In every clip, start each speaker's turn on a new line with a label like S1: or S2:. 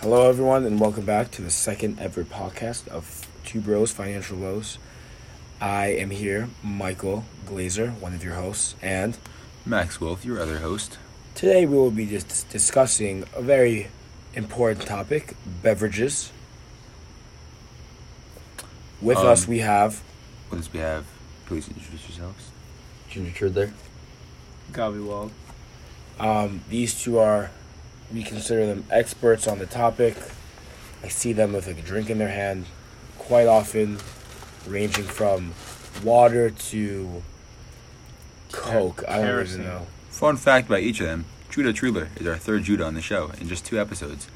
S1: Hello, everyone, and welcome back to the second ever podcast of Two Bros Financial Woes. I am here, Michael Glazer, one of your hosts, and
S2: Max Wolf, your other host.
S1: today we will be just discussing a very important topic beverages. With
S2: Um,
S1: us, we have
S2: Once we have, please introduce yourselves.
S3: Ginger Turd there.
S4: Gobby Wald.
S1: Um, these two are, we consider them experts on the topic. I see them with like a drink in their hand quite often, ranging from water to Coke. I don't even
S4: kerosene.
S1: know.
S2: Fun fact about each of them Judah Truler is our third Judah on the show in just two episodes.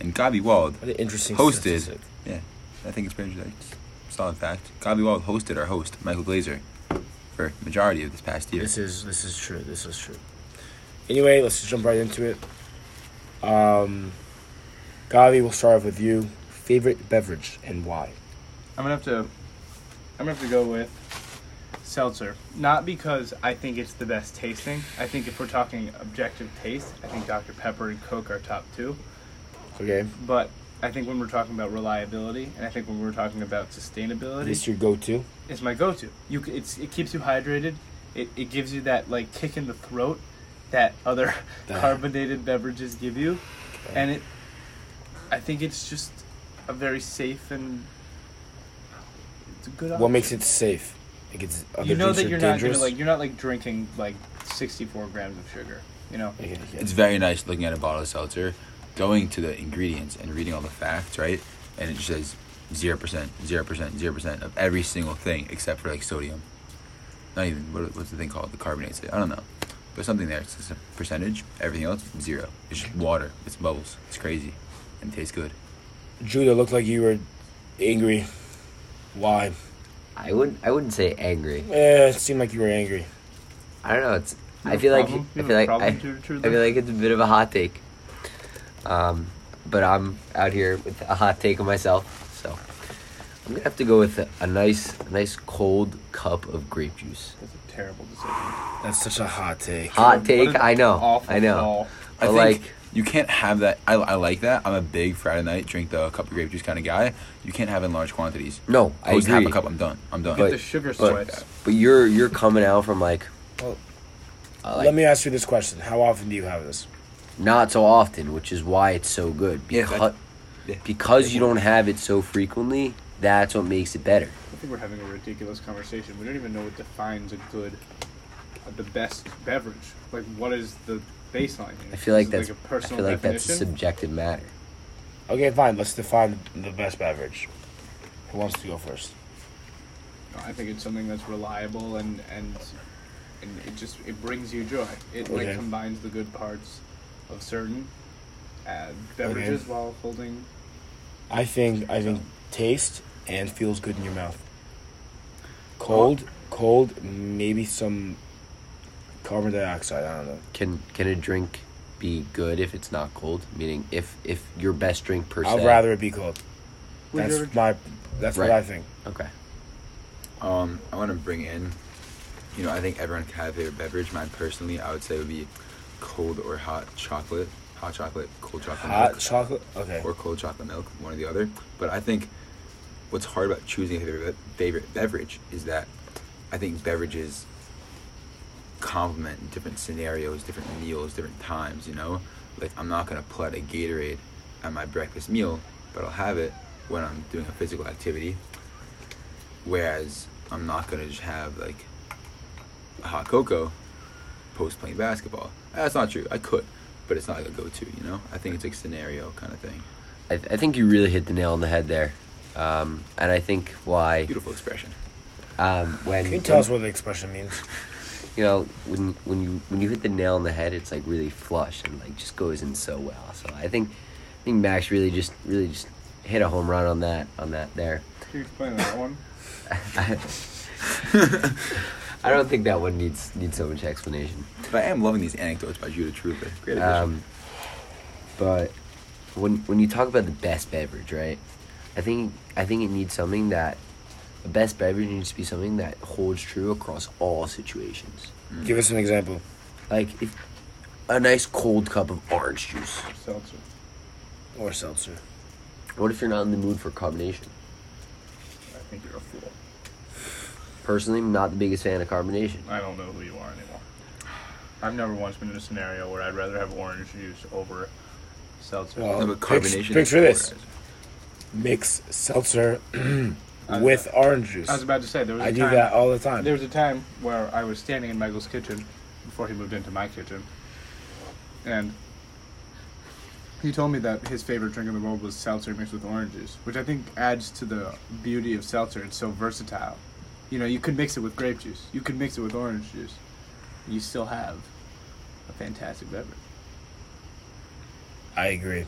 S2: And Gabi Wald,
S1: What an interesting
S2: Hosted.
S1: statistic.
S2: I think it's pretty that's a solid fact. Gabi Wald hosted our host, Michael Glazer, for majority of this past year.
S1: This is this is true. This is true. Anyway, let's just jump right into it. Um, Gavi, we'll start off with you. Favorite beverage and why?
S4: I'm gonna have to. I'm gonna have to go with seltzer. Not because I think it's the best tasting. I think if we're talking objective taste, I think Dr Pepper and Coke are top two.
S1: Okay,
S4: But I think when we're talking about reliability, and I think when we're talking about
S1: is
S4: sustainability,
S1: this your go-to?
S4: it's my go-to. You c- it's it keeps you hydrated. It it gives you that like kick in the throat that other
S1: That-
S4: carbonated beverages give you, and it. I think it's just a very safe and. It's a good
S1: What
S4: option.
S1: makes it safe? Like it's other
S4: you know
S1: drinks
S4: that
S1: are
S4: you're not
S1: dangerous?
S4: gonna like you're not like drinking like 64 grams of sugar you know
S1: Okay, yeah.
S2: It's very nice looking at a bottle of seltzer, going to the ingredients and reading all the facts, right? And it just says 0%, 0%, 0% of every single thing except for like sodium. Not even, what, what's the thing called? The carbonates. I don't know. But something there, it's just a percentage. Everything else, zero. It's just water. It's bubbles. It's crazy. And it tastes good.
S1: Judah looked like you were angry. Why?
S3: I wouldn't. I wouldn't say angry.
S1: Eh, it seemed like you were angry.
S3: I don't know. It's.
S4: You
S3: I
S4: have a
S3: feel like.
S4: problem?
S3: I
S4: You
S3: feel
S4: have
S3: like.
S4: a
S3: I,
S4: problem, Ginger
S3: I
S4: Turd
S3: feel
S4: there?
S3: like it's a bit of a hot take. Um, but I'm out here with a hot take of myself, so I'm gonna have to go with a, a nice, a nice cold cup of grape juice.
S4: that's a terrible decision
S1: That's such a hot take.
S3: Hot
S4: What
S3: take.
S4: an
S3: I know.
S4: awful
S3: I know.
S4: call.
S2: I
S3: But
S2: think
S3: like,
S2: you can't have that. I, I like that. I'm a big Friday night drink the cup of grape juice kind of guy. You can't have it in large quantities.
S3: no, I
S2: just have
S3: agree.
S2: a cup. I'm done. I'm done.
S4: get
S3: But-
S4: the sugar
S3: but,
S4: sweats
S3: but you're you're coming out from like.
S1: Well,
S3: uh, like,
S1: Let me ask you this question: How often do you have this?
S3: not so often, which is why it's so good.
S2: Yeah,
S3: Because,
S2: that- yeah.
S3: because you don't have it so frequently, that's what makes it better.
S4: i think we're having a ridiculous conversation we don't even know what defines a good uh, the best beverage like what is the baseline
S3: I feel like that's
S4: Is it like a
S3: I
S4: personal
S3: feel like that's a
S4: definition
S3: subjective matter.
S1: Okay, fine. Let's define the best beverage. Who wants to go first?
S4: No, i think it's something that's reliable and and and it just it brings you joy it
S1: Okay.
S4: like combines the good parts of certain uh, beverages while holding
S1: I think I think taste and feels good in your mouth. Cold, cold, maybe some carbon dioxide. I don't know.
S3: Can can a drink be good if it's not cold? Meaning, if if your best drink per se.
S1: I'd rather it be cold.
S4: Would you ever-
S1: That's my. That's what
S3: Right.
S1: I think.
S3: Okay.
S2: Um, I want to bring in, you know, I think everyone can have their beverage. Mine personally, I would say would be cold or hot chocolate, hot chocolate, cold chocolate
S1: Hot
S2: milk,
S1: chocolate. Okay.
S2: or cold chocolate milk, one or the other. But I think what's hard about choosing a favorite, favorite beverage is that I think beverages complement different scenarios, different meals, different times. You know, like I'm not gonna pull out a Gatorade at my breakfast meal, but I'll have it when I'm doing a physical activity. Whereas I'm not gonna just have like a hot cocoa post playing basketball. That's not true. I could, but it's not like a go-to. You know, I think it's like scenario kind of thing.
S3: I, I think you really hit the nail on the head there, um, and I think why
S2: Beautiful expression.
S3: um, when
S1: Can you tell us what the expression means?
S3: you know when when you when you hit the nail on the head it's like really flush and like just goes in so well so i think i think max really just really just hit a home run on that on that there
S4: Can you explain that one?
S3: i don't think that one needs needs so much explanation
S2: But I am loving these anecdotes by Judah Truther. Great addition.
S3: um, but when when you talk about the best beverage right i think i think it needs something that the best beverage needs to be something that holds true across all situations
S1: Give us an example.
S3: like if a nice cold cup of orange juice
S4: Seltzer.
S1: or seltzer.
S3: What if you're not in the mood for carbonation?
S4: I think you're a fool.
S3: Personally, I'm not the biggest fan of carbonation.
S4: I don't know who you are anymore. I've never once been in a scenario where I'd rather have orange juice over seltzer.
S1: Well,
S2: No, but
S1: pic-
S2: carbonation.
S1: picture
S2: is
S1: this. Mix seltzer with orange juice.
S4: I was about to say there was. a
S1: I do
S4: time,
S1: that all the time.
S4: There was a time where I was standing in Michael's kitchen before he moved into my kitchen, and he told me that his favorite drink in the world was seltzer mixed with orange juice, which I think adds to the beauty of seltzer. It's so versatile. You know, you could mix it with grape juice. You could mix it with orange juice. You still have a fantastic beverage.
S1: I agree.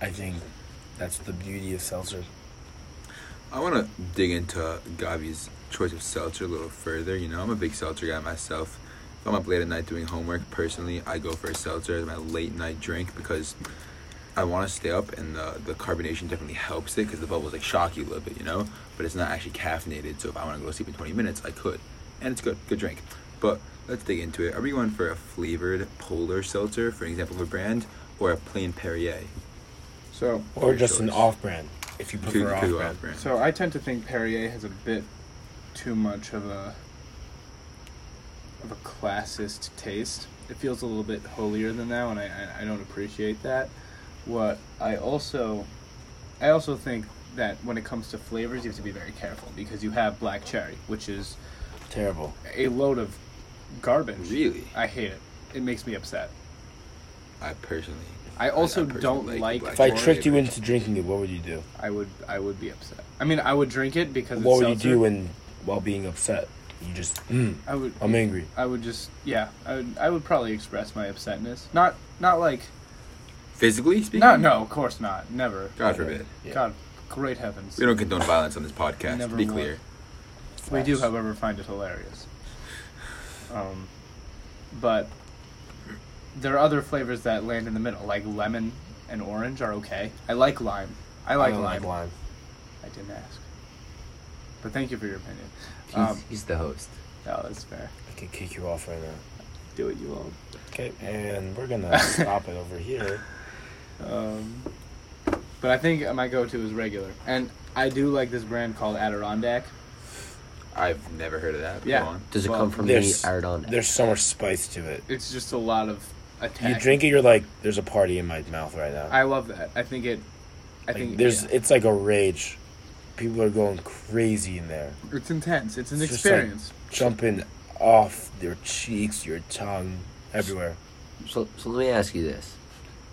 S1: I think that's the beauty of seltzer.
S2: I want to dig into Gavi's choice of seltzer a little further. You know, I'm a big seltzer guy myself. If I'm up late at night doing homework, personally, I go for a seltzer as my late night drink because I want to stay up, and the, the carbonation definitely helps it because the bubbles like shock you a little bit, you know. But it's not actually caffeinated, so if I want to go to sleep in 20 minutes, I could, and it's good, good drink. But let's dig into it. Are we going for a flavored polar seltzer, for example, of a brand, or a plain Perrier?
S4: So,
S1: Or
S2: Your
S1: just an
S2: choice.
S1: off brand, if you
S2: Could-
S1: prefer
S2: could
S1: off
S2: go
S1: brand.
S2: off-brand.
S4: so I tend to think Perrier has a bit too much of a of a classist taste. It feels a little bit holier than thou, and I, I, I don't appreciate that. What I also I also think that when it comes to flavors, you have to be very careful because you have black cherry, which is
S1: Terrible.
S4: a load of garbage.
S2: Really?
S4: I hate it. It makes me upset.
S2: I personally.
S4: I also
S2: personally
S4: don't like-
S2: black
S1: If I
S2: cherry,
S1: tricked you
S2: but-
S1: into drinking it, what would you do?
S4: I would I would be upset. I mean, I would drink it because
S1: What
S4: it's
S1: would you
S4: seltzer.
S1: do when while being upset? You just, mm,
S4: I would
S1: I'm angry.
S4: I would just yeah, I would I would probably express my upsetness. Not not like
S2: Physically speaking?
S4: no no, of course not. Never.
S2: God forbid.
S1: Yeah.
S4: God great heavens.
S2: We don't condone violence on this podcast,
S4: Never
S2: to be
S4: was.
S2: clear.
S4: We do,
S1: Facts.
S4: however, find it hilarious. Um but there are other flavors that land in the middle, like lemon and orange are okay. I like lime. I like
S1: don't
S4: lime.
S1: lime.
S4: I didn't ask. But thank you for your opinion.
S3: He's,
S4: Um,
S3: he's the host.
S4: no, that's fair.
S1: I could kick you off right now.
S4: Do what you want.
S1: Okay, and we're gonna stop it over here.
S4: Um, but I think my go-to is regular, and I do like this brand called Adirondack.
S2: I've never heard of that. but
S4: Yeah.
S2: go on.
S3: Does it
S4: Well,
S3: come from
S1: there's-
S3: the Aradon?
S1: There's so much spice to it.
S4: It's just a lot of attack.
S1: You drink it, you're like, there's a party in my mouth right now.
S4: I love that. I think it. I
S1: Like,
S4: think
S1: there's,
S4: yeah.
S1: it's like a rage. People are going crazy in there.
S4: it's intense. It's an
S1: It's just like-
S4: experience.
S1: jumping off their cheeks, your tongue, everywhere.
S3: So, so let me ask you this: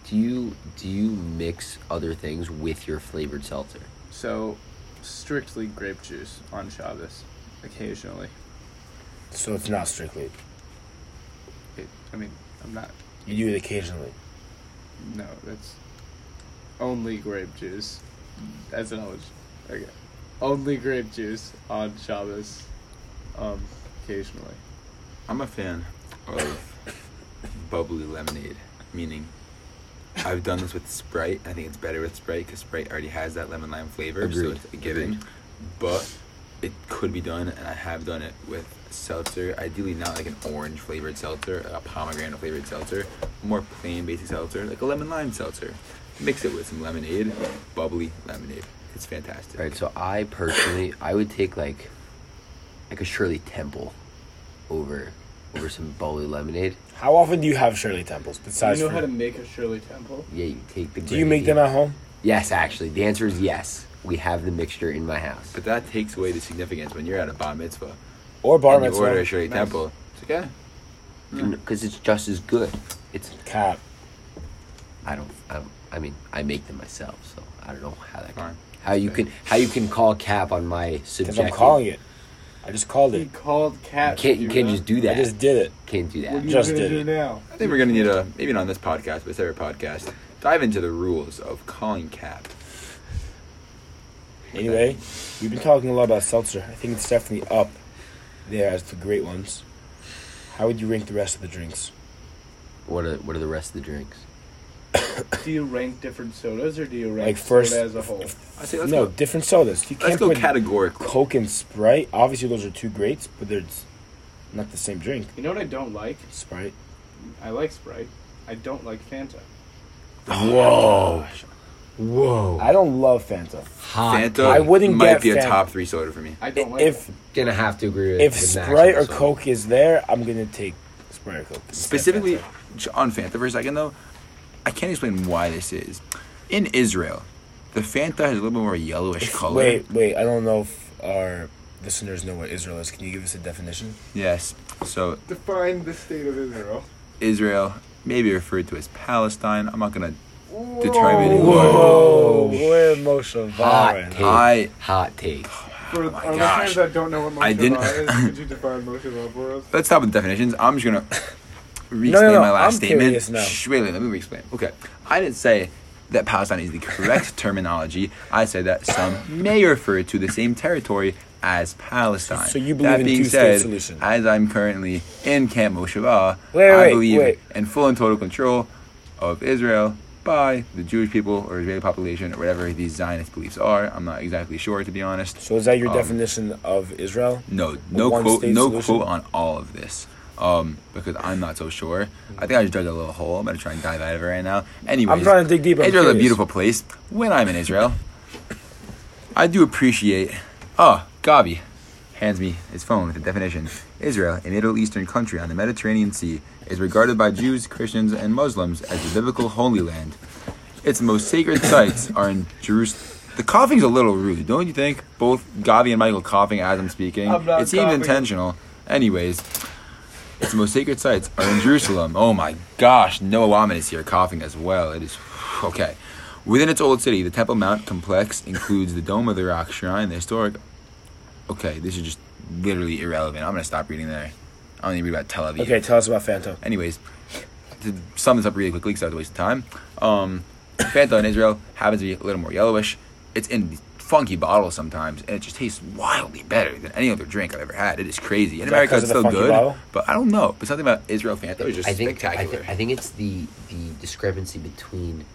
S3: Do you do you mix other things with your flavored seltzer?
S4: so, strictly grape juice on Shabbos, occasionally.
S1: So it's not strictly.
S4: It, I mean, I'm not.
S1: You do it occasionally.
S4: No, that's only grape juice. That's an always. Okay, only grape juice on Shabbos, um, occasionally.
S2: I'm a fan of bubbly lemonade, meaning I've done this with Sprite. I think it's better with Sprite because Sprite already has that lemon lime flavor, so
S3: Agreed.
S2: it's a given.
S3: Agreed.
S2: But it could be done, and I have done it with seltzer. Ideally, not like an orange flavored seltzer, a pomegranate flavored seltzer, more plain basic seltzer, like a lemon lime seltzer. Mix it with some lemonade, bubbly lemonade. It's fantastic.
S3: Right. So I personally, I would take like, like a Shirley Temple, over over some bubbly lemonade.
S1: How often do you have Shirley Temples besides? for-
S4: make a Shirley Temple?
S3: Yeah, you take the.
S1: do you make them
S3: grenadine.
S1: at home?
S3: Yes, actually, the answer is yes. We have the mixture in my house.
S2: But that takes away the significance when you're at a bar mitzvah.
S1: Or bar
S2: and you order a
S1: mitzvah?
S2: Shirley
S4: Nice.
S2: Temple. It's like, yeah, Mm.
S3: because it's just as good. It's
S1: Cap.
S3: I don't I, don't- I mean I make them myself, so I don't know how that
S2: Fine.
S3: can, how you can how you can call cap on my
S1: Because
S3: subjective.
S1: I'm calling it. I just called
S4: He
S1: it.
S4: called
S3: You
S4: Cat.
S3: can't you can't just do
S1: I
S3: that.
S1: just did it.
S3: can't do
S4: What are
S3: that.
S4: you
S1: Just
S4: gonna
S1: did
S4: do
S1: it.
S4: now?
S2: I think we're gonna need a maybe not on this podcast, but separate podcast. Dive into the rules of calling cap.
S1: Anyway, we've been talking a lot about seltzer. I think it's definitely up there as the great ones. How would you rank the rest of the drinks?
S3: What are what are the rest of the drinks?
S4: Do you rank different sodas or do you rank
S1: Like first,
S4: soda as a whole?
S2: I say let's
S1: no
S2: go.
S1: different sodas. You
S2: Let's
S1: can't
S2: go
S1: put
S2: categorically.
S1: Coke and Sprite. Obviously, those are two greats, but they're not the same drink.
S4: You know what I don't like?
S1: Sprite.
S4: I like Sprite. I don't like Fanta.
S2: Oh
S1: Whoa.
S3: Whoa.
S1: I don't love Fanta.
S3: Hot.
S2: Fanta
S1: I wouldn't
S2: might
S1: get
S2: be a
S1: Fanta.
S2: top three soda for me.
S4: I don't like
S1: If
S3: Gonna have to agree with
S1: if
S3: with Max
S1: Sprite
S3: on
S1: or
S3: this one.
S1: Coke is there, I'm gonna take Sprite or Coke. instead of
S2: Specifically
S1: Fanta.
S2: j- on Fanta for a second though, I can't explain why this is. In Israel, the Fanta has a little bit more yellowish color.
S1: Wait, wait. I don't know if our listeners know what Israel is. Can you give us a definition?
S2: Yes. So
S4: define the state of Israel.
S2: Israel may be referred to as Palestine. I'm not gonna
S4: Whoa.
S2: determine what.
S1: Whoa, we're emotional.
S3: Hot take.
S2: I
S3: Hot take.
S4: For
S2: Oh my
S4: our
S2: gosh.
S4: listeners that don't know what
S2: I
S4: Moshe
S2: didn't-
S4: Law is, could you define Moshe Law for us?
S2: let's stop with the definitions. I'm just gonna re-explain
S1: No, no, no,
S2: my last
S1: I'm
S2: statement.
S1: curious now.
S2: Shh, wait, wait, let me re-explain. Okay, I didn't say that Palestine is the correct terminology. I said that some may refer to the same territory as Palestine.
S1: So you believe
S2: that
S1: in
S2: being
S1: two-state
S2: said,
S1: solution?
S2: As I'm currently in Camp Mosheva,
S1: Wait,
S2: I
S1: wait,
S2: believe
S1: wait.
S2: in full and total control of Israel by the Jewish people or Israeli population or whatever these Zionist beliefs are. I'm not exactly sure, to be honest.
S1: So is that your
S2: Um,
S1: definition of Israel?
S2: No, no
S1: one
S2: quote,
S1: state
S2: no
S1: solution?
S2: quote on all of this, um, because I'm not so sure. I think I just dug a little hole. I'm gonna try and dive out of it right now. Anyways,
S1: I'm trying to dig deeper. I'm
S2: Israel's a
S1: curious.
S2: beautiful place. When I'm in Israel, I do appreciate. Oh, Gabi hands me his phone with the definition. Israel, a Middle Eastern country on the Mediterranean Sea, is regarded by Jews, Christians, and Muslims as the biblical holy land. Its most sacred sites are in Jerusalem. The coughing's a little rude, don't you think? Both Gavi and Michael coughing as I'm speaking.
S4: I'm not
S2: it seemed
S4: coughing.
S2: intentional. Anyways, its most sacred sites are in Jerusalem. Oh my gosh, Noah Waman is here coughing as well. It is okay. Within its old city, the Temple Mount complex includes the Dome of the Rock Shrine, the historic. Okay, this is just literally irrelevant. I'm gonna stop reading there. I don't need to read about Tel Aviv.
S1: Okay, tell us about Fanta.
S2: Anyways, to sum this up really quickly because I was a waste of time. Um, Fanta in Israel happens to be a little more yellowish. It's in these funky bottles sometimes, and it just tastes wildly better than any other drink I've ever had. It is crazy. In
S1: Is that
S2: America,
S1: 'cause
S2: it's
S1: of the
S2: still
S1: funky
S2: good,
S1: bottle?
S2: but I don't know. But something about Israel Fanta is just
S3: I think I,
S2: spectacular.
S3: th- I think it's the the discrepancy between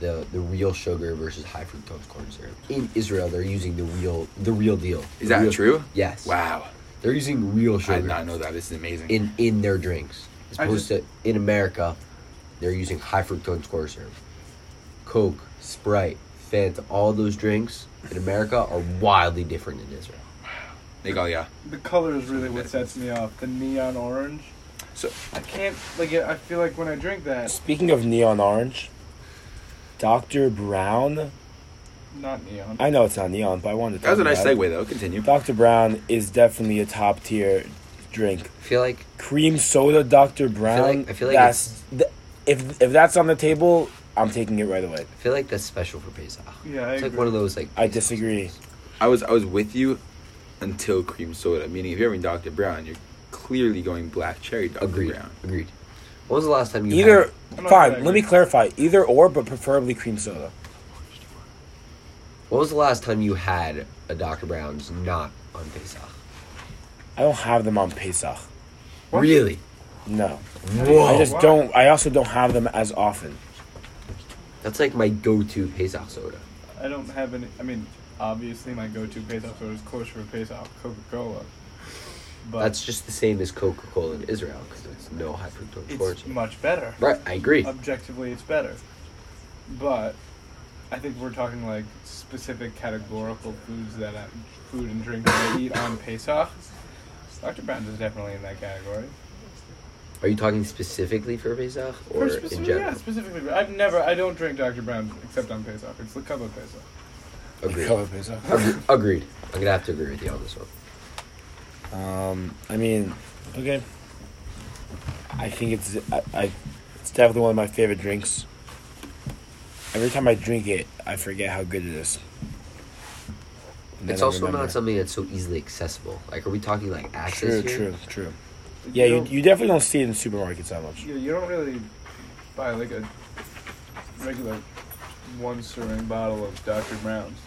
S3: the the real sugar versus high fructose corn syrup. In Israel, they're using the real the real deal.
S2: is
S3: The
S2: that
S3: real-
S2: true?
S3: Yes.
S2: Wow.
S3: They're using real
S2: I
S3: sugar
S2: did not know that. This is amazing.
S3: in in their drinks, as
S4: I
S3: opposed
S4: just-
S3: to in America, they're using high fructose corn syrup. Coke, Sprite, Fanta, all those drinks in America are wildly different in Israel.
S2: Nigal, yeah.
S4: The color is really what sets me off. The neon orange.
S2: So-
S4: I can't like. I feel like when I drink that,
S1: Speaking of neon orange, Dr. Brown.
S4: not neon.
S1: I know it's not neon, but I wanted to.
S2: That was a
S1: talk
S2: nice
S1: about it.
S2: segue, though. Continue.
S1: Dr. Brown is definitely a top tier drink.
S3: I feel like
S1: Cream soda, Dr. Brown.
S3: like- I feel like
S1: that's th- if if that's on the table, I'm taking it right away.
S3: I feel like that's special for Pesach.
S4: Yeah, I
S3: it's like
S4: agree.
S3: one of those like
S1: I
S3: Pesach
S1: disagree.
S3: specials.
S2: I was I was with you until cream soda. Meaning, if you're having Dr. Brown, you're clearly going black cherry Dr.
S3: Agreed.
S2: Brown.
S3: Agreed. When was the last time you
S1: Either
S3: had-
S4: I'm not gonna
S1: fine. Let
S4: agree.
S1: me clarify. Either or, but preferably cream soda.
S3: When was the last time you had a Dr. Brown's not on Pesach?
S1: I don't have them on Pesach.
S4: What?
S3: Really?
S1: No,
S3: Whoa.
S1: I just
S4: why?
S1: don't. I also don't have them as often.
S3: That's like my go-to Pesach soda.
S4: I don't have any. I mean, obviously my go-to Pesach soda is kosher for Pesach, Coca-Cola. But
S3: That's just the same as Coca-Cola in Israel because it's no high fructose corn
S4: it's um,
S3: syrup.
S4: much better.
S3: Right, I agree.
S4: Objectively, it's better. But I think we're talking like specific categorical foods that I, food and drink that I eat on Pesach. Dr. Brown's is definitely in that category.
S3: Are you talking specifically for Pesach or
S4: For
S3: in
S4: specific-
S3: general?
S4: Yeah, specifically. I've never, I don't drink Dr. Brown except on Pesach. It's the cup of Pesach.
S3: Agreed.
S1: Cover Pesach.
S3: Agre- Agreed. I'm gonna have to agree with you on this one.
S1: Um, I mean, okay. I think it's I, I it's definitely one of my favorite drinks. Every time I drink it, I forget how good it is. And then
S3: it's
S1: I
S3: also
S1: remember.
S3: not something that's so easily accessible. Like, are we talking like
S1: true,
S3: access here?
S1: true, true. Yeah, you,
S4: don't-
S1: you definitely don't see it in supermarkets that much.
S4: Yeah, you don't really buy like a regular one serving bottle of Dr. Brown's.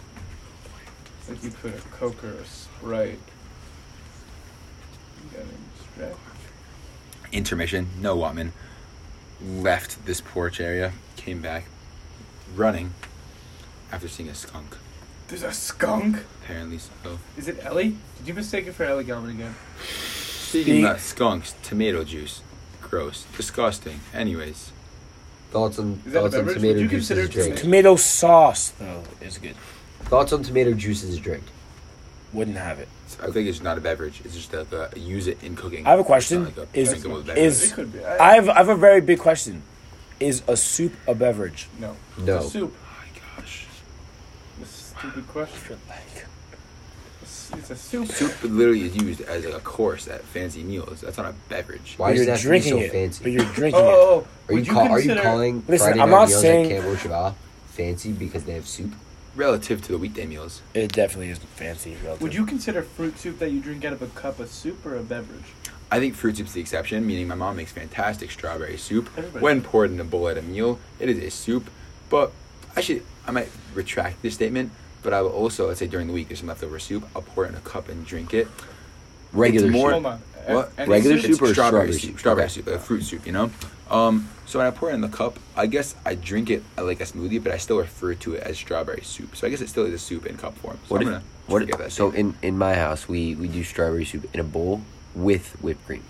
S4: Like you put a Coke or a Sprite. You got any Sprite?
S2: intermission, no Watman, left this porch area, came back running after seeing a skunk.
S4: There's a skunk?
S2: Apparently so.
S4: Is it Ellie? Did you mistake it for Ellie Gelman again?
S2: Speaking about skunks, tomato juice. Gross. Disgusting. Anyways,
S3: Thoughts on
S4: Is that a
S3: thoughts on
S4: beverage?
S3: tomato
S4: Would you
S3: juice
S4: consider
S3: as a
S4: it
S3: drink.
S1: Tomato sauce though is good.
S3: Thoughts on tomato juice as a drink.
S1: Wouldn't have it.
S2: I think it's not a beverage. It's just like a, use it in cooking.
S1: I have a question.
S2: It's not like a
S1: Is-
S2: drinkable beverage.
S1: is-
S4: It could be. I,
S1: I have I have a very big question. Is a soup a beverage?
S4: no.
S3: No.
S4: It's a soup.
S2: Oh my gosh.
S4: It's a stupid question.
S1: Like
S4: It's, it's a soup.
S2: Soup literally is used as like a course at fancy meals. That's not a beverage.
S3: Why does
S1: you're
S3: it have to be
S1: drinking
S3: so
S1: it,
S3: fancy?
S1: but you're drinking it.
S4: Oh,
S3: Are you,
S4: would
S3: call, are
S4: consider-
S3: you calling
S1: Listen,
S3: Friday
S1: I'm
S3: night
S1: not
S3: meals
S1: saying-
S3: at Campbell Shabbat fancy because they have soup?
S2: Relative to the weekday meals,
S1: It definitely is fancy. Relative.
S4: Would you consider fruit soup that you drink out of a cup a soup or a beverage?
S2: I think fruit soup's the exception. Meaning, my mom makes fantastic strawberry soup.
S4: Everybody-
S2: When poured in a bowl at a meal, it is a soup. But actually, I might retract this statement. But I will also, let's say during the week, there's some leftover soup. I'll pour it in a cup and drink it.
S3: Regular
S2: more-
S3: soup.
S4: Hold on. A-
S2: What?
S4: any
S3: Regular soup or
S2: It's
S3: strawberry
S2: strawberry
S3: soup?
S2: soup? Strawberry
S3: Okay.
S2: soup, uh, fruit soup. You know. Um, so when I pour it in the cup, I guess I drink it uh, like a smoothie, but I still refer to it as strawberry soup. So I guess it still is a soup in cup form. So
S3: What
S2: I'm
S3: if,
S2: gonna
S3: what
S2: forget
S3: if,
S2: that
S3: so
S2: statement.
S3: in, in my house we, we do strawberry soup in a bowl with whipped cream.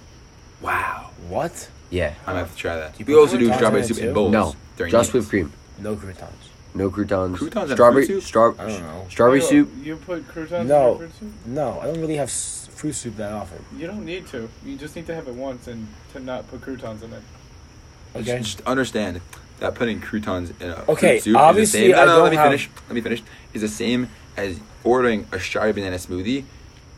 S2: wow,
S1: What?
S3: Yeah.
S2: I'm gonna have to try that.
S1: Do you
S2: We
S1: put
S2: also do
S1: croutons
S2: strawberry
S1: in it
S2: soup
S1: too?
S2: in bowls.
S3: No.
S2: during
S3: Just
S2: meals.
S3: whipped cream.
S1: No croutons.
S3: No croutons.
S2: Croutons and
S3: strawberry
S2: fruit
S3: stra-
S1: I don't know.
S3: strawberry
S4: Yo,
S3: soup.
S4: You put croutons
S1: No.
S4: in fruit soup?
S1: No, I don't really have s- fruit soup that often.
S4: You don't need to. You just need to have it once and to not put croutons in it.
S1: Okay.
S2: Just, just understand that putting croutons in a
S1: Okay,
S2: fruit soup is
S1: obviously
S2: the same.
S1: I
S2: No, no,
S1: don't
S2: let me
S1: have-
S2: finish. Let me finish. Is the same as ordering a strawberry banana smoothie,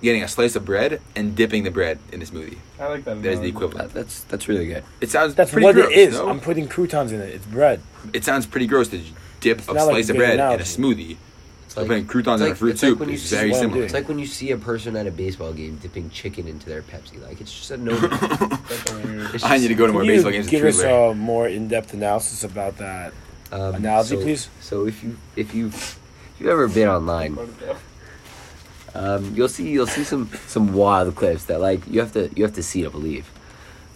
S2: getting a slice of bread, and dipping the bread in the smoothie.
S4: I like that.
S2: That is the
S4: analogy.
S2: equivalent.
S3: That, that's that's really good.
S2: It sounds
S1: Um, That's
S2: pretty
S1: what
S2: gross,
S1: it is.
S2: no?
S1: I'm putting croutons in it. It's bread.
S2: it sounds pretty gross to dip a
S1: not like
S2: slice
S1: a good
S2: of bread in a
S1: analogy.
S2: smoothie.
S3: It's
S2: Like, putting croutons in a fruit
S3: it's like
S2: soup
S3: when you
S2: is
S3: see-
S2: very
S1: what I'm
S2: similar.
S1: doing.
S3: It's like when you see a person at a baseball game dipping chicken into their Pepsi. Like it's just a no.
S4: That's a weird.
S3: It's
S2: I need to go to more
S1: Can
S2: baseball
S1: you
S2: games.
S1: give
S2: It's
S1: us
S2: true.
S1: a more in-depth analysis about that?
S3: um,
S1: Analogy,
S3: so-
S1: please.
S3: So if you if you if you've ever been online, um, you'll see you'll see some some wild clips that like you have to you have to see to believe.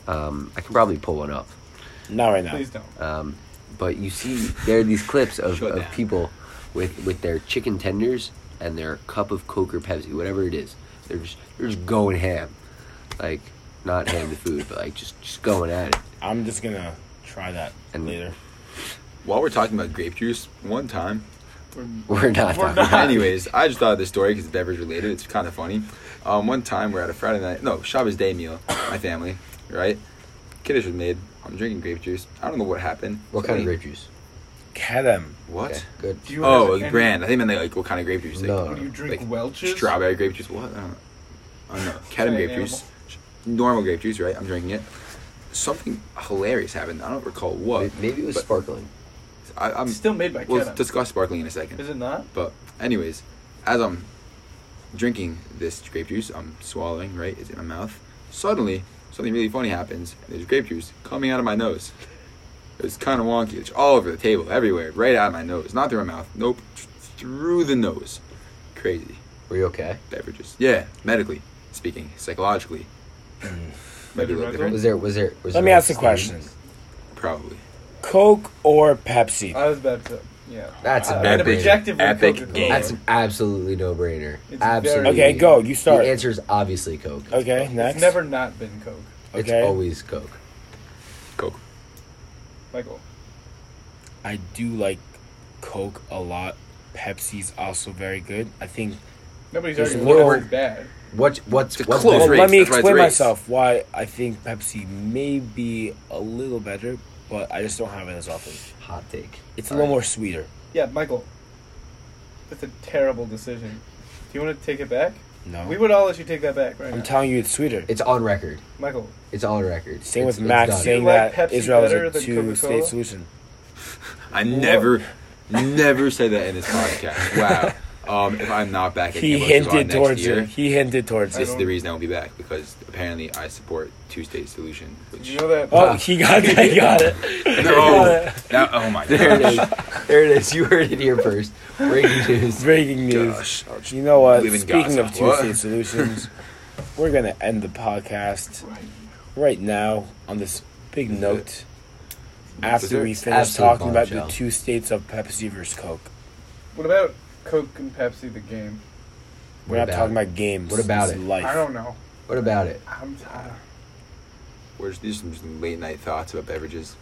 S3: Um, I can probably pull one up.
S1: Not right now.
S4: Please don't.
S2: Uh,
S3: Um, but you see, there are these clips of,
S2: Shut
S3: of
S2: down.
S3: people with, with their chicken tenders and their cup of Coke or Pepsi, whatever it is. They're just they're just going ham, like not ham the food, but like just just going at it.
S1: I'm just gonna try that
S3: And-
S1: later.
S2: While we're talking about grape juice, one time.
S4: We're-
S3: We're not
S4: We're
S3: talking.
S4: not.
S3: about
S2: Anyways, I just thought of this story because it's beverage related. It's kind of funny. Um, one time we're at a Friday night, no Shabbos day meal, my family, right? Kiddish was made. I'm drinking grape juice. I don't know what happened.
S3: What kind of
S2: Somebody-
S3: grape juice?
S1: Kedem.
S2: What?
S3: Okay, good.
S4: Do you
S2: Oh,
S4: have
S2: a
S4: any-
S2: brand. I think they meant like what kind of grape juice. Like,
S3: No.
S4: What do you drink?
S2: Like,
S4: Welch's.
S2: Strawberry grape juice. What? I don't know. I don't know.
S4: An
S2: Ketamine grape
S4: animal.
S2: juice. Normal grape juice, right? I'm drinking it. Something hilarious happened. I don't recall what.
S3: May- Maybe it was
S2: but
S3: sparkling.
S2: I, I'm
S4: It's still made by
S2: We'll
S4: Kenan.
S2: discuss sparkling in a second.
S4: Is it not?
S2: But anyways, as I'm drinking this grape juice, I'm swallowing, right? It's in my mouth. Suddenly, something really funny happens. There's grape juice coming out of my nose. It's kind of wonky. It's all over the table, everywhere, right out of my nose. Not through my mouth. Nope. Through the nose. Crazy.
S3: Were you okay?
S2: Beverages. Yeah, medically speaking, psychologically. Maybe a little different.
S3: Was there was there? Was
S1: Let
S3: there
S1: me ask a
S3: stain?
S1: question.
S2: Probably.
S1: Coke or Pepsi?
S4: I was about to. Yeah.
S3: That's
S2: Uh,
S3: a
S4: I- I had
S3: no-brainer.
S4: objective with
S2: Epic
S4: Coca-Cola.
S2: game.
S3: That's an absolutely no brainer.
S4: It's
S3: Absolutely.
S4: very-
S1: Okay, go. You start.
S3: The answer is obviously Coke.
S1: okay, next.
S4: It's never not been Coke,
S3: It's
S1: okay.
S3: always Coke.
S2: Coke.
S4: Michael.
S1: I do like Coke a lot. Pepsi's also very good. I think.
S4: Nobody's
S1: There's
S4: arguing
S1: little-
S4: Coke's bad.
S3: What what's
S2: It's a
S3: what's
S2: close
S3: better?
S1: Well,
S2: race,
S1: let me
S2: that's why it's
S1: explain
S2: race.
S1: myself why I think Pepsi may be a little better, but I just don't have it as often.
S3: hot take?
S1: It's a little more sweeter.
S4: Yeah, Michael. That's a terrible decision. Do you want to take it back?
S1: No,
S4: We would all let you take that back right
S1: I'm
S4: now.
S1: telling you, it's sweeter.
S3: It's on record.
S4: Michael,
S3: It's on record.
S1: Same
S3: It's-
S1: with
S3: it's
S1: Max
S3: done.
S1: saying
S4: You like
S1: that
S4: Pepsi
S1: Israel is
S4: better
S1: a
S4: than
S1: two-state
S4: Coca-Cola?
S1: solution.
S2: I never, never said that in this podcast. Wow. Um, if I'm not back at
S1: He
S2: Campbell Shabbat
S1: hinted
S2: next
S1: towards
S2: year,
S1: it. He hinted towards
S4: I
S2: This
S1: it.
S2: is
S4: don't-
S2: the reason I won't be back because apparently I support two state solution. Which
S4: you know that?
S1: Oh, he got it. He got it.
S2: no, Now- oh my
S3: There it
S2: gosh,
S3: is. There it is. You heard it here first. Breaking news.
S1: Breaking news.
S2: Gosh, I'll just
S1: You know what?
S2: live in
S1: Speaking
S2: Gaza.
S1: of two
S2: What?
S1: state solutions, we're gonna end the podcast right now on this big note. After we
S2: Desserts.
S1: finish
S3: Absolute
S1: talking about the
S3: bombshell.
S1: two states of Pepsi versus Coke,
S4: What about Coke and Pepsi, the game?
S1: we're
S3: What
S1: not
S3: about
S1: talking
S3: it?
S1: about games.
S3: What about
S1: It's
S3: it?
S1: Life.
S4: I don't know.
S3: What about it?
S4: I'm tired.
S2: We're just, these are some just late night thoughts about beverages.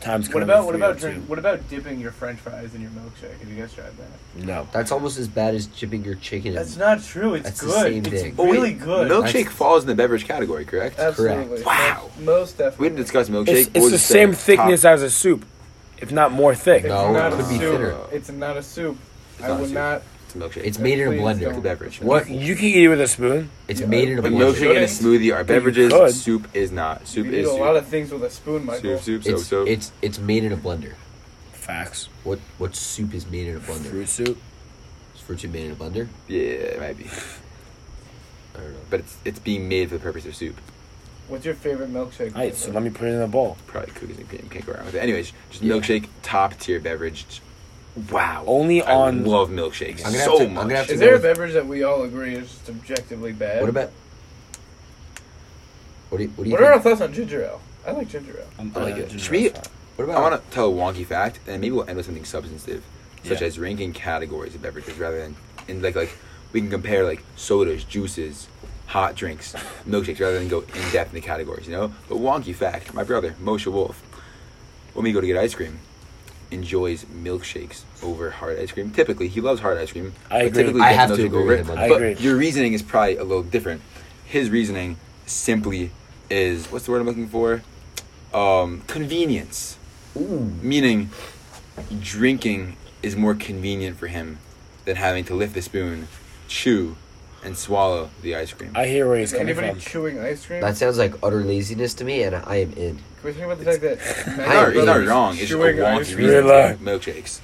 S1: Times
S4: What
S1: coming
S4: about
S1: with
S4: what
S3: oh
S4: about
S1: 302.
S4: drink, what about dipping your French fries in your milkshake? Have you guys tried that?
S1: No.
S3: That's almost as bad as dipping your chicken. in-
S4: That's not true. It's
S3: That's the
S4: good.
S3: same
S4: it's
S3: thing.
S2: Oh, wait,
S4: really good.
S2: Milkshake
S3: That's-
S2: falls in the beverage category, correct?
S4: Absolutely.
S3: Correct.
S2: Wow.
S4: Most
S2: we
S4: definitely.
S2: didn't discuss milkshake.
S1: Uh, It's,
S2: What
S1: it's
S2: was
S1: the
S2: it
S1: same
S2: say? Top-
S1: thickness as a soup, if not more thick.
S4: It's
S3: No,
S4: not
S3: it
S4: a
S3: could be
S4: soup.
S3: thinner.
S4: It's not a soup.
S2: not
S4: I
S2: a
S4: would
S2: soup.
S4: not.
S2: It's a milkshake.
S3: It's made in a
S4: Please
S3: blender.
S4: don't.
S2: It's a beverage.
S3: What?
S1: You can eat it with a spoon.
S3: It's
S4: Yeah.
S3: made in a
S2: But
S3: blender.
S2: milkshake and a smoothie are beverages.
S1: could.
S2: Soup is not. Soup
S4: you
S2: is
S4: do a lot
S2: soup.
S4: of things with a spoon, Michael.
S2: Soup, soup, so,
S3: It's,
S2: so.
S3: it's it's made in a blender.
S1: Facts.
S3: What what soup is made in a blender?
S1: Fruit soup.
S3: Is fruit soup made in a blender?
S2: Yeah, it might be.
S3: I don't know.
S2: But it's it's being made for the purpose of soup.
S4: What's your favorite milkshake?
S1: All right, so let me put it in a bowl.
S2: Probably cookies and cream. Can't go wrong with it. Anyways, just milkshake, top tier beverage. Just- Wow.
S1: Only
S2: I
S1: on-
S2: love milkshakes
S3: I'm gonna have
S2: so
S3: to- I'm
S2: much.
S3: gonna have to-
S4: Is there a
S3: With-
S4: beverage that we all agree is just objectively bad?
S3: What about what do you, what do you
S4: What are our
S3: think?
S4: thoughts on ginger ale? I like ginger ale.
S1: I'm
S2: I like it.
S1: just-
S2: Should we-
S3: What about
S2: I want to tell a wonky fact, and maybe we'll end with something substantive, such
S1: Yeah.
S2: as ranking categories of beverages rather than in like like we can compare like sodas, juices, hot drinks, milkshakes rather than go in depth in the categories, you know. But wonky fact, my brother Moshe Wolf, when we go to get ice cream, enjoys milkshakes over hard ice cream. Typically, he loves hard ice cream.
S1: I
S2: but
S1: agree.
S2: Typically
S3: I
S2: gets
S3: have to
S2: milkshake
S3: agree
S2: over
S3: with
S2: it.
S3: him on
S1: that. I
S2: But
S1: agree.
S2: your reasoning is probably a little different. His reasoning simply is what's the word I'm looking for? Um, convenience meaning drinking is more convenient for him than having to lift the spoon, chew, and swallow the ice cream.
S1: I hear where he's
S4: Is
S1: coming
S4: anybody
S1: from.
S4: chewing ice cream?
S3: that sounds like utter laziness to me, and I am in.
S4: Can we think about the fact that Matt's
S2: it's, not, it's not
S4: brother's
S2: wrong. It's just a
S4: chewing
S2: wonky
S4: ice
S2: reason
S4: cream?
S1: True
S2: to
S1: love.
S2: have milkshakes.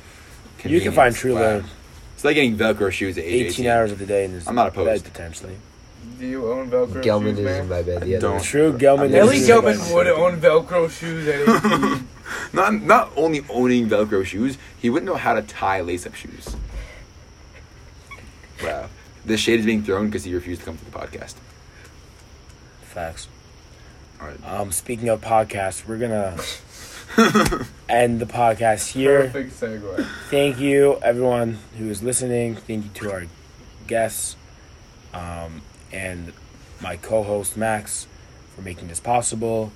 S1: You can find true
S2: Convenience, wow.
S1: love
S2: It's like getting Velcro shoes at age
S1: 18 hours of the day and there's
S2: I'm not opposed.
S1: bed potentially.
S4: Do you own Velcro
S3: Gelman
S4: shoes,
S3: is in
S4: man?
S3: my bed.
S2: I
S3: The other
S2: don't.
S3: one.
S1: True Gelman.
S2: Ellie
S4: Ellie
S1: is-
S4: Gelman would own Velcro shoes at 18.
S2: Not not only owning Velcro shoes, he wouldn't know how to tie lace-up shoes. Wow. The shade is being thrown because he refused to come to the podcast.
S1: Facts.
S2: All right.
S1: Um, speaking of podcasts, we're gonna end the podcast here.
S4: Perfect segue.
S1: Thank you, everyone who is listening. Thank you to our guests um, and my co host, Max, for making this possible.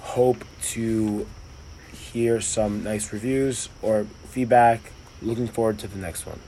S1: Hope to hear some nice reviews or feedback. Looking forward to the next one.